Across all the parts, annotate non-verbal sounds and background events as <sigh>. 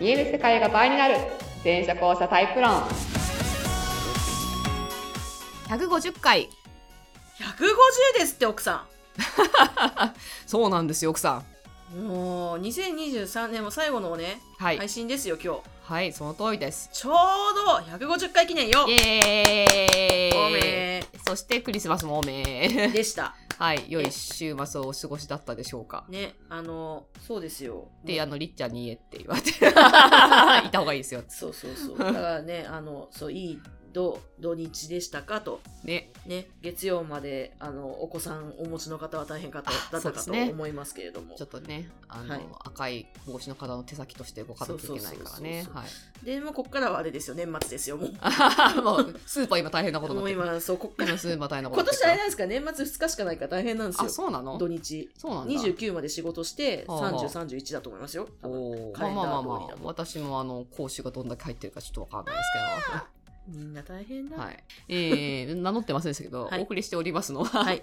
見える世界が倍になる全社交差タイプ論150回150ですって奥さそうなんですよ奥さんんもう2023年も最後のね、はい、は配い、信ですよ今日その通りですちょうど150回記念よイエーイおめそしてクリスマスもおめでした <laughs> はい良い週末をお過ごしだったでしょうかねあのそうですよで、あもうの、りっちゃんに言えって言われ <laughs> て、いた方がいいですよ。そうそう <laughs> そうだからねあのそういい土土日でしたかとね。ね月曜まであのお子さんお持ちの方は大変かとあだっそうたでかすとね思いますけれどもちょっとね、あの、はい赤い帽子の方の手先として動かなきゃいけないからねそ。うそうはい。でもうこっからはあれですよ年末ですよもうあはは <laughs> もう、スーパー今大変なことにもなっうてる。今そうこっ <laughs> から今スーパー大変なことになっ今て年るかあれなんですか年末2日しかないから大変なんですら。よあ、そうなの土日そうなんだ。 29まで仕事してはあはあ3031だと思いますよ多分おーまあカレンまダあまあまー通りあだと私もあの講師がどんだけ入ってるかちょっとわかんないですみんな大変けだど、はい、えー、名乗ってませんでしたけど、はいお送りしておりますのは、はい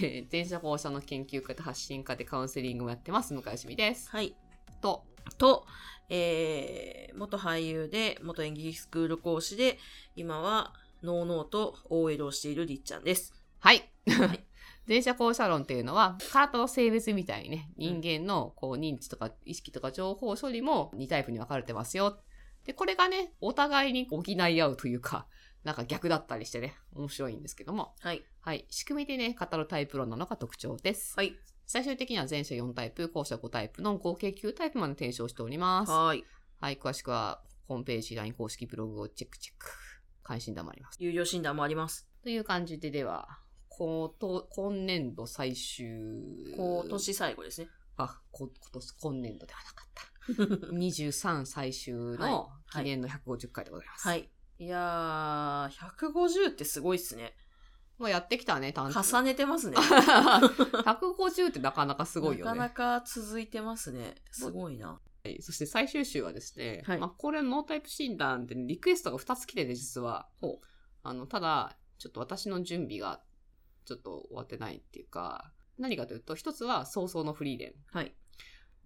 えー、電車放射の研究家と発信家でカウンセリングもやってます向井しみです。はいと、と、えー、元俳優で元演劇スクール講師で今はノーノーと OL をしているりっちゃんですはい <laughs> はい。前者後者論っていうのは、体の性別みたいにね、うん人間のこう認知とか意識とか情報処理も2タイプに分かれてますよ。で、これがね、お互いに補い合うというか、なんか逆だったりしてね、面白いんですけども。はいはい。仕組みでね、語るタイプ論なのが特徴です。はい最終的には前者4タイプ、後者5タイプの合計9タイプまで提唱しております。ははーいい。詳しくは、ホームページ、LINE 公式ブログをチェックチェック。関心黙ります。有料診断もありますという感じで、では、こと今年度最終。今年最後ですねあ、こ今年、今年度ではなかった。23最終のはい記念の150回でございます。はいいやー150ってすごいっすねもうやってきたね、単重ねてますね150ってなかなか <laughs> すごいよね。なかなか続いてますね。すごいな。はいそして最終週はですね、はいまあ、これノータイプ診断でリクエストが2つ来てて、実は。あの、ただ、ちょっと私の準備がちょっと終わってないっていうか、何かというと、一つは早々のフリーレン。はい。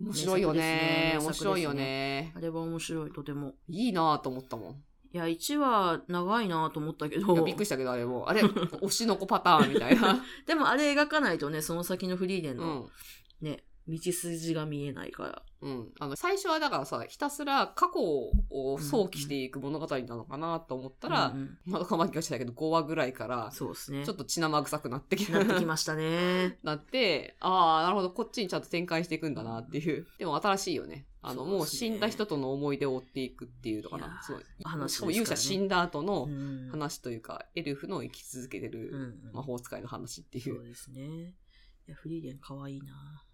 面白いよね名作面ですね白いよねあれは面白い、とても。いいなぁと思ったもんいや、1話長いなと思ったけどいや、びっくりしたけどあれもあれ推しの子パターンみたいな、でもあれ描かないとね、その先のフリーレン <laughs> うのんね、道筋が見えないから。うん、あの最初はだからさひたすら過去を想起していく物語なのかなと思ったら、うんうんまどかまきがしたけど5話ぐらいからそうですね。ちょっと血生臭くなってきなってき <laughs> なました <laughs> ね。ってああなるほどこっちにちゃんと展開していくんだなっていうでも新しいよねあのそうもでうすね死んだ人との思い出を追っていくっていうのかいやなーすごい話しかもです勇から者ね死んだ後のうん話というか、エルフの生き続けてる、うんうん魔法使いの話っていそうう、ですね。いや、フリーレン可愛いな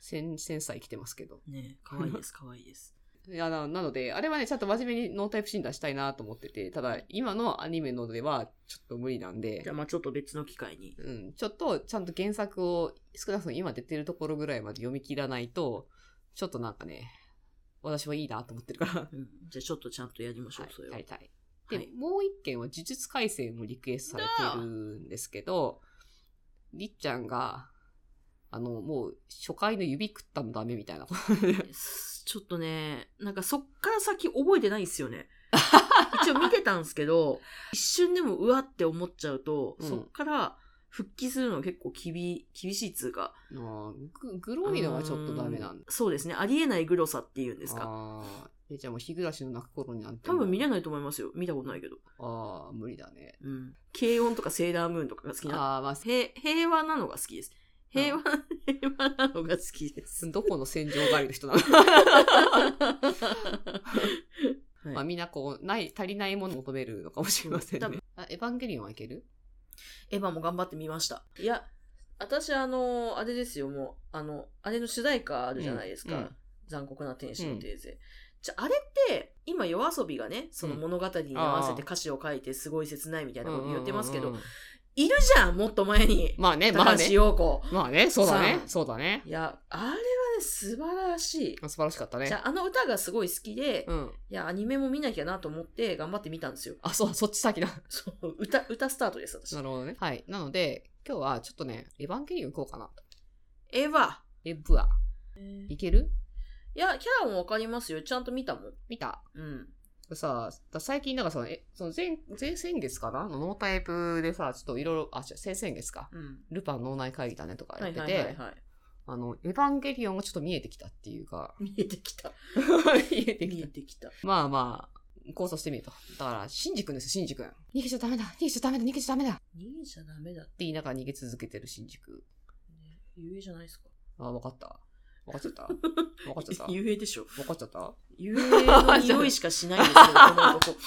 千、千歳来てますけど。ね、可愛 <laughs> いです、可愛いです。いや、ななので、あれはね、ちゃんと真面目にノータイプ診断したいなと思ってて、ただ、今のアニメのではちょっと無理なんでじゃあ、、まあちょっと別の機会に。うん、ちょっとちゃんと原作を少なくとも今出てるところぐらいまで読み切らないと、ちょっとなんかね、私はいいなと思ってるから。うんじゃあ、ちょっとちゃんとやりましょはう、それい、をやりたい。で、はいもう一件は呪術改正もリクエストされてるんですけど、りっちゃんが、あの、もう初回の指食ったのダメみ <laughs> たいなことでですちょっとね、なんかそっから先覚えてないんです <laughs> よね。一応見てたんですけど、一瞬でもうわって思っちゃうと、うんそっから復帰するの結構厳厳しいっつうか。あーググロいのはちょっとダメなんうーそうですね。ありえないグロさっていうんでですか。あーえじゃあもう日暮らしの泣く頃になんて多もう。分見れい。ないと思いますよ。見たことないけど。ああ、無理だね。うん。軽音とかセーラームーンとかが好きな。ああ、まあ、平平和なのが好きです。平和、平和なのが好きで <laughs> <laughs> す。どこの戦場帰りの人なのはいまあみんなこう、ない、足りないものを求めるのかもしれませんうん多ね。あ、エヴァンゲリオンはいけるエヴァも頑張ってみました。いや、私あの、あれですよ、もう、あの、あれの主題歌あるじゃないですか。うんうん残酷な天使のテーゼ。じゃあ、あれって、今、夜遊びがね、その物語に合わせて歌詞を書いて、すごい切ないみたいなこと言ってますけうんどうんうん、うんいるじゃん、もっと前に。まあね、 <laughs> まあ高ね橋。洋子。まあね、そうだねさ。あそうだねい。や、あれはね、素晴らし素い。晴らしかったねじ。ゃあ、あの歌がすごい好きで、うん。いや、アニメも見なきゃなと思って、頑張ってみたんですよ。 <laughs> あ、そう、そっち先だ。そう、歌、歌スタートです、私な。るほどね。はい。なので、今日はちょっとね、エヴァンゲリオン行こうかなと。エヴァ。エヴァ。いけるいや、キャラもわかりますよ。ちゃんと見たもん。見た。うん。さ、だ最近、なんかその、え、その前、前先月かなノータイプでさ、ちょっといろいろ、あ、違う、先々月か。うん。ルパン脳内会議だねとかやはっいてはいはいて、はい。あの、エヴァンゲリオンがちょっと見えてきたっていうか、見えてきた。見えて見きえた。てきた。まあまあ、構想してみると。だから、シンジ君ですよ、シンジ君。逃げちゃダメだ、逃げちゃダメだ、逃げちゃダメだって逃げちゃダメだって、言いながら逃げ続けてるシンジ君。ね。ゆえじゃないですか。あ、わかった。わかっちゃ <laughs> った。わかっちゃった。わゆえでしょ。かっちゃったゆえ <laughs> の匂いしかしないん <laughs> ですよ、この男。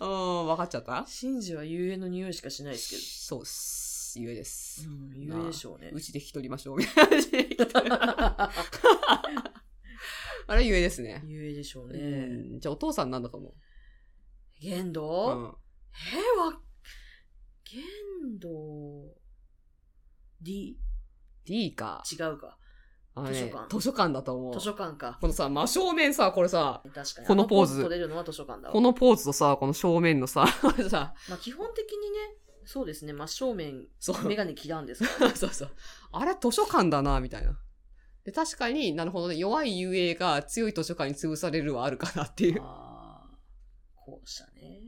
うん、わかっちゃったシンジはゆえの匂いしかしないですけど。そうっす。ゆえです。うん、ゆえでしょうね。うちで引き取りましょう、 <laughs> みたいな感じで引き取るあれ、ゆえです <laughs> ね。ゆえでしょうね。うんじゃあ、お父さんなんだかも。玄う道、ん。えー、わ、玄道、D? D か。違うか。あのね図書館図書館だと思う。図書館か。このさ、真正面さ、これさ、確かに。このポーズあ取れるのは図書館だわこのポーズとさ、この正面のさ、 <laughs> これさ、まあ基本的にね、そうですね、真正面、そう。メガネ嫌うんですから <laughs> ね。そうそう。あれ、図書館だな、みたいな。で、確かになるほどね、弱い遊泳が強い図書館に潰されるはあるかなっていう。ああ、こうしたね。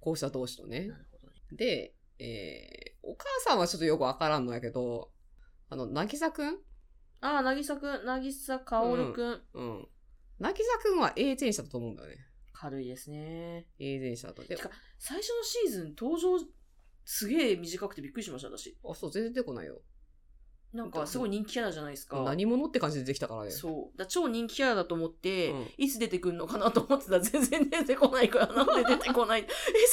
校舎同士のねな。るほどね。で、えー、お母さんはちょっとよくわからんのやけど、あの、なぎさくんああ、なぎさくん、なぎさかおるくん。うん。なぎさくんは永前者だと思うんだよね。軽いですね。永前者だと。でてか最初のシーズン登場すげえ短くてびっくりしました私あ、そう、全然出てこないよ。なんかすごい人気キャラじゃないですか何者って感じでできたからね。そうだ超人気キャラだと思って、うんいつ出てくるのかなと思ってたら全然出てこないからなんで出てこない <laughs> え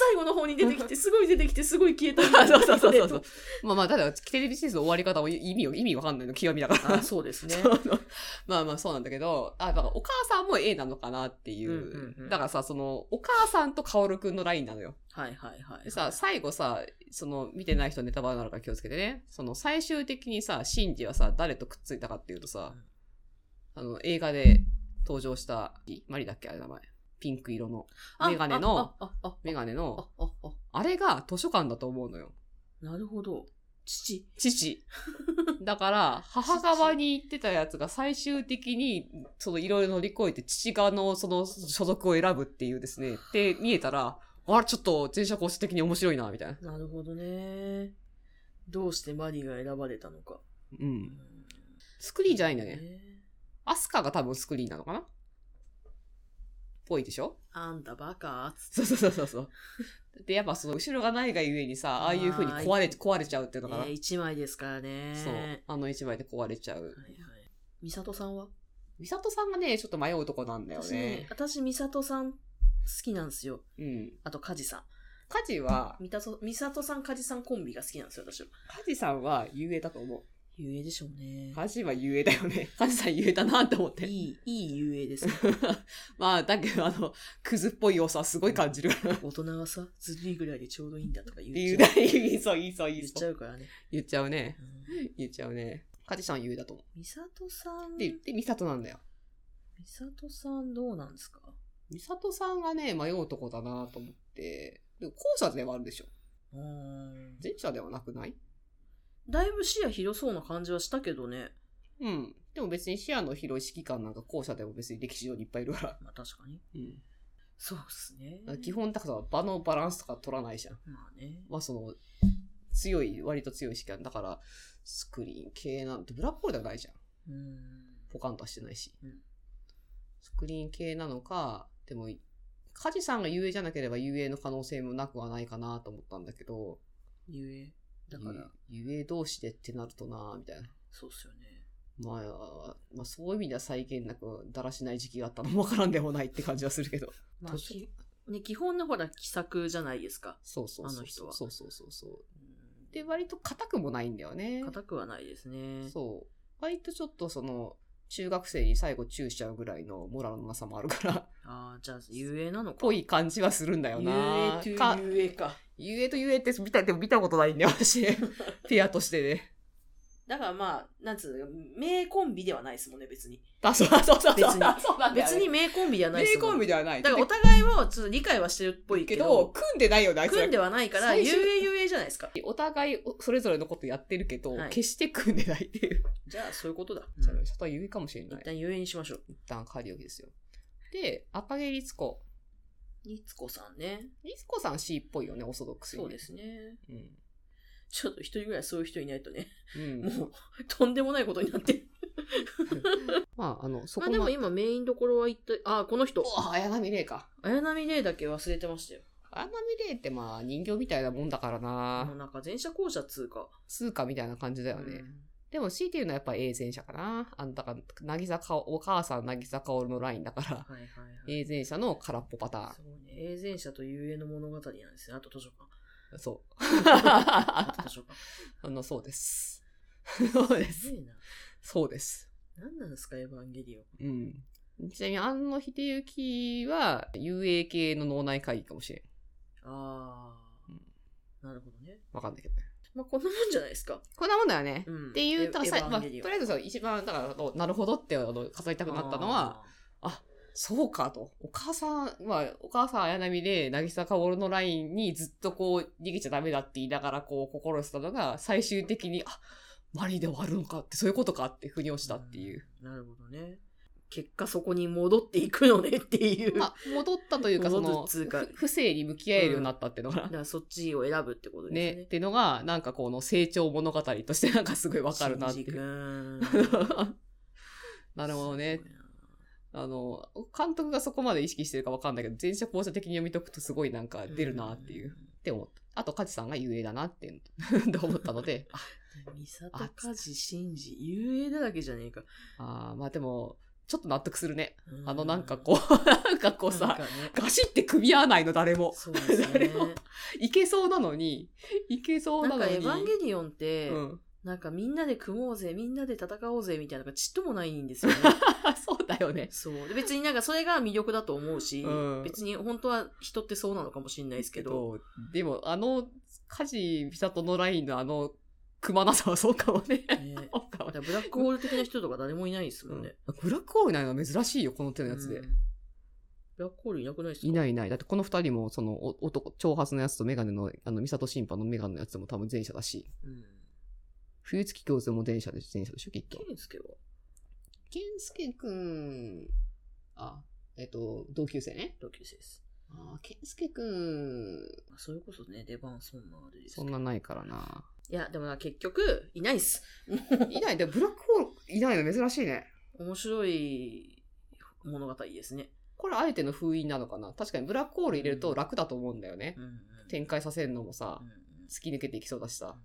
最後の方に出てきてすごい出てきてすごい消えたみたいな <laughs> そうそうそうそうまあまあ、ただ、テレビシリーズの終わり方も意味を、意味わかんないの、極みだから。あそうですね <laughs> まあまあそうなんだけど、あ、だからお母さんも A なのかなっていう。うんうんうんだからさ、その、お母さんとカオルくんのラインなのよ。はいはいはいでさ、最後さ、その、見てない人ネタバレになるから気をつけてね。その、最終的にさ、シンジはさ、誰とくっついたかっていうとさ、あの、映画で登場した、マリだっけあれ名前。ピンク色の、あメガネのあああメガネあの、あああれが図書館だと思うのよ。なるほど父父。だから、母側に行ってたやつが最終的に、そのいろいろ乗り越えて、父側のその所属を選ぶっていうですね。で、見えたら、あれ、ちょっと前者講師的に面白いな、みたいな。なるほどねどうしてマリが選ばれたのかう。うんんスクリーンじゃないんだよね。ねアスカが多分スクリーンなのかなぽいでしょあんたバカつそうそうそうそうそう。で、やっぱその後ろがないがゆえにさ、ああいう風に壊れ、あー壊れちゃうっていうのかな。ね、一枚ですからね。そうはいはい。あの一枚で壊れちゃう。美里さんは美里さんがね、ちょっと迷うとこなんだよ私ねね、。私、美里さん好きなんですよ。うん。あと、梶さん。家事は、みたそ美里さん、梶さんコンビが好きなんですよ、私は。カジさんは遊泳だと思う。ゆえでしょうね。カジは遊泳だよ <laughs> ね。カジさん遊泳だなって思って。いい、いいゆえですね。 <laughs> まあ、だけど、あの、クズっぽい要素はすごい感じる。大人はさ、ずるいぐらいでちょうどいいんだとか言言うっちなゃういいそう、いいそう、い言いっちゃそう。うからね。言っちゃうねう。ん言っちゃうね。カジさんは遊泳だと思美里さん、う。美で、で、ミサトなんだよ。里さんどうなんですかミサトさんがね、迷うとこだなと思って。でも、後者ではあるでしょ。うーん前者ではなくないだいぶ視野広そうな感じはしたけどね。うん。でも別に視野の広い指揮官なんか後者でも別に歴史上にいっぱいいるから。まあ確かに。うん。そうですねだから。基本、だから場のバランスとか取らないじゃん。まあね。まあその、強い、割と強い試験。だから、スクリーン系なんて、ブラックホールではないじゃん。うん。ポカンとはしてないし。うんスクリーン系なのか、でも、カジさんが遊泳じゃなければ遊泳の可能性もなくはないかなと思ったんだけど、ゆえ。だから、ゆ遊泳同士でってなるとなみたいな。そうっすよね。まあ、まあ、そういう意味では再現なく、だらしない時期があったのもわからんでもないって感じはするけど。まあ、図書きね、基本のほら、気さくじゃないですか。そうそうそう。あの人はそうそうそうそう。うんで、割と硬くもないんだよね。硬くはないですね。そう。割とちょっとその、中学生に最後チューしちゃうぐらいのモラルのなさもあるから、 <laughs> ああ、じゃあ、ゆえなのか。ぽい感じはするんだよな。ゆえかとゆえか。 <laughs> ゆえとゆえって見た、でも見たことないんだよ、私。ペアとしてね。だからまあ、なんつうの、名コンビではないですもんね、別に。あ、そうそうそうそう。別にそうなんだよ別ねに名コンビではないです名もコんンビではない。だからお互いはちょっと理解はしてるっぽいけけどど、、組んでないよね、あいつら組んではないから、最ゆ終えゆえじゃないですか。お互いそれぞれのことやってるけど、はい決して組んでないっていう。じゃあ、そういうことだ。それちょっと言うかもしれな一い。旦ゆえにしましょう。一旦仮置きですよ。で、赤毛律子。につこさんね。律子さん C っぽいよね、オーソドックスにそうですね。うん。ちょっと一人ぐらいそういう人いないとね、 <laughs> うん。もう、とんでもないことになってる。まあ、あの、そまこまあでも今メインどころは一体、あ、この人。お綾波レイか。綾波レイだけ忘れてましたよ。綾波レイってまあ、人形みたいなもんだからもうな。なんか前者後者通過。通貨みたいな感じだよね。うんでも C っていうのはやっぱ A 前者かな。あんたが、なぎさかお、お母さんなぎさかおるのラインだから、はいはいはい。 A 前者の空っぽパターすごいね。永前者と遊泳の物語なんですね。あと図書 <laughs> 館。ン。そう。あとあ図書 <laughs> 館。の、そうです。 <laughs> そうですす。げえな。そうです。何なんですか、エヴァンゲリオン。うん。ちなみに、安野秀幸は、UA 系の脳内会議かもしれん。あー。うんなるほどね。わかんないけどね。まあ、こんなもんじゃないですか。こんなもんだよね。うんっていう、エヴだからさ、まあ、エヴァとンゲりリオンあえずさ、一番、だからあの、なるほどって、あの、飾りたくなったのは、そうかと。お母さんは、お母さん綾波で、渚薫のラインにずっとこう、逃げちゃダメだって言いながら、こう、心してたのが、最終的に、あ、マリーで終わるのかって、そういうことかって、腑に落ちたっていう。あー。なるほどね。結果そこに戻っていくのねっていう。まあ、戻ったというか、そ戻の、るっつうかふ不正に向き合えるようになったっていうのだが、からそっちを選ぶってことね、ですね。っていうのが、なんかこの成長物語として、なんかすごいわかるなってシンジいう。君 <laughs> なるほどねす。ごいなあの、監督がそこまで意識してるかわかんないけど、前者後者的に読み解くとすごいなんか出るなっていう、って思った。あと、カジさんが有名だなって <laughs> いうのと思ったの <laughs> で、うん。ミサトカジ、シンジ、遊泳だらけじゃねえか。ああ、まあでも、ちょっと納得するね。うあの、なんかこう、 <laughs> なんかこうなんさか、ねガシって組み合わないの、誰も。そうですね。誰 <laughs> もいけそうなのに、いけそうななんのかに。エヴァンゲリオンって、うん。なんかみんなで組もうぜ、みんなで戦おうぜみたいなのがちっともないんです <laughs> よね。そうだよね。そう。で別になんかそれが魅力だと思うし、うん別に本当は人ってそうなのかもしれないですけど、でも、あの、カジ・ミサトのラインのあの、くまなさはそうかもね。ねそうかもねだからブラックホール的な人とか誰もいないですもんね。ブラックホールいないのは珍しいよ、この手のやつで。うんブラックホールいなくないですかいないいない。だってこの二人も、その、お男、長髪のやつとメガネの、あの、ミサト審判のメガネのやつも多分前者だし、うん。冬月教授も前者で、前者でしょ、きっとケ。ンスケは健介くん、あ、えっと、同級生ね。同級生です。あ、健介くん、まあそれこそね、出番そんなあれですけそどんなないからな。いや、でもな結局、いないっす。いない、でブラックホールいないの珍しいね。面白い物語ですね。これあえての封印なのかな確かにブラックホール入れると楽だと思うんだよねうん。うん展開させるのもさうん、うん突き抜けていきそうだしさ。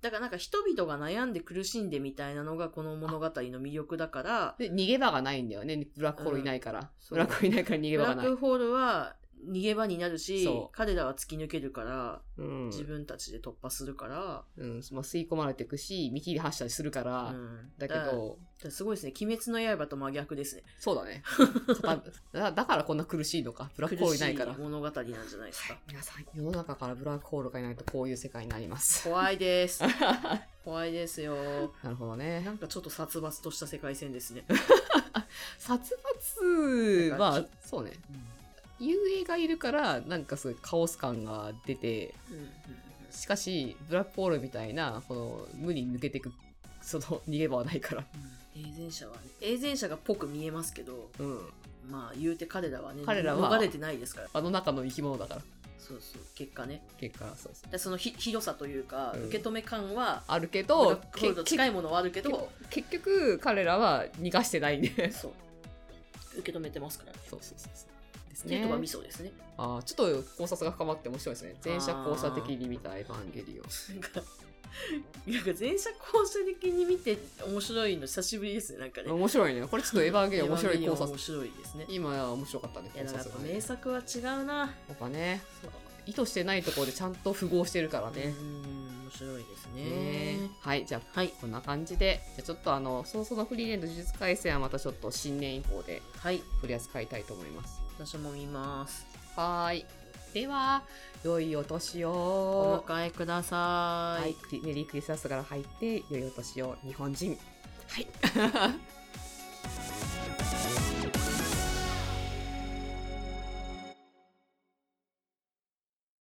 だからなんか人々が悩んで苦しんでみたいなのがこの物語の魅力だから、で、逃げ場がないんだよね。ブラックホールいないから。そブうラックホールいないから逃げブ場ラがッないク。ホールは逃げ場になるしそ、う彼らは突き抜けるから、うん。自分たちで突破するから、うん、まあ、吸い込まれていくし、見切り発したりするから、うんだけからど、だからすごいですね。鬼滅の刃と真逆ですね。そうだ <laughs> ね。片だだからこんな苦しいのか。ブラックホールいないから。苦しい物語なんじゃないですか。皆さん、世の中からブラックホールがいないとこういう世界になり <laughs> ます。怖いです。怖いですよ。なるほどね。なんかちょっと殺伐とした世界線ですね。殺伐なはん、そうね。遊泳がいるから、なんかすごいカオス感が出て、うんうんうんしかし、ブラックホールみたいな、この、無に抜けていく、その、逃げ場はないから。永前者はね、永前者がぽく見えますけど、うん。まあ言うて彼らはね、彼らは逃れてないですから。あの中の生き物だから。そうそう、結果ね。結果、そうそう。でそのひ広さというか、うん受け止め感は、あるけブラどッ、クホールと近いものはあるけど、結局彼らは逃がしてないんでそう。受け止めてますからね。そうそうそうそうですケイねトがミソですね。あーちょっと考察が深まって面白いですね前者後者的に見たエヴァンゲリオンなんか、 <laughs> なんか前者後者的に見て面白いの久しぶりですね、なんかね。 <laughs> 面白いねこれちょっとエヴァンゲリオン面白い考面察白いですね。い今は面白かったねや、考だから察やっがぱね名作は違うな。やっぱね意図してないところでちゃんと符合してるからねうん、面白いですねね。はいじゃあはい。こんな感じでじゃあちょっとあのそもそもフリーレンド呪術廻戦はまたちょっと新年以降ではい。取り扱いたいと思います私も見ます。はーいでは、良いお年おを。迎えくださはいい、。クリメリークリスマスから入って、良いお年を、日本人。はい。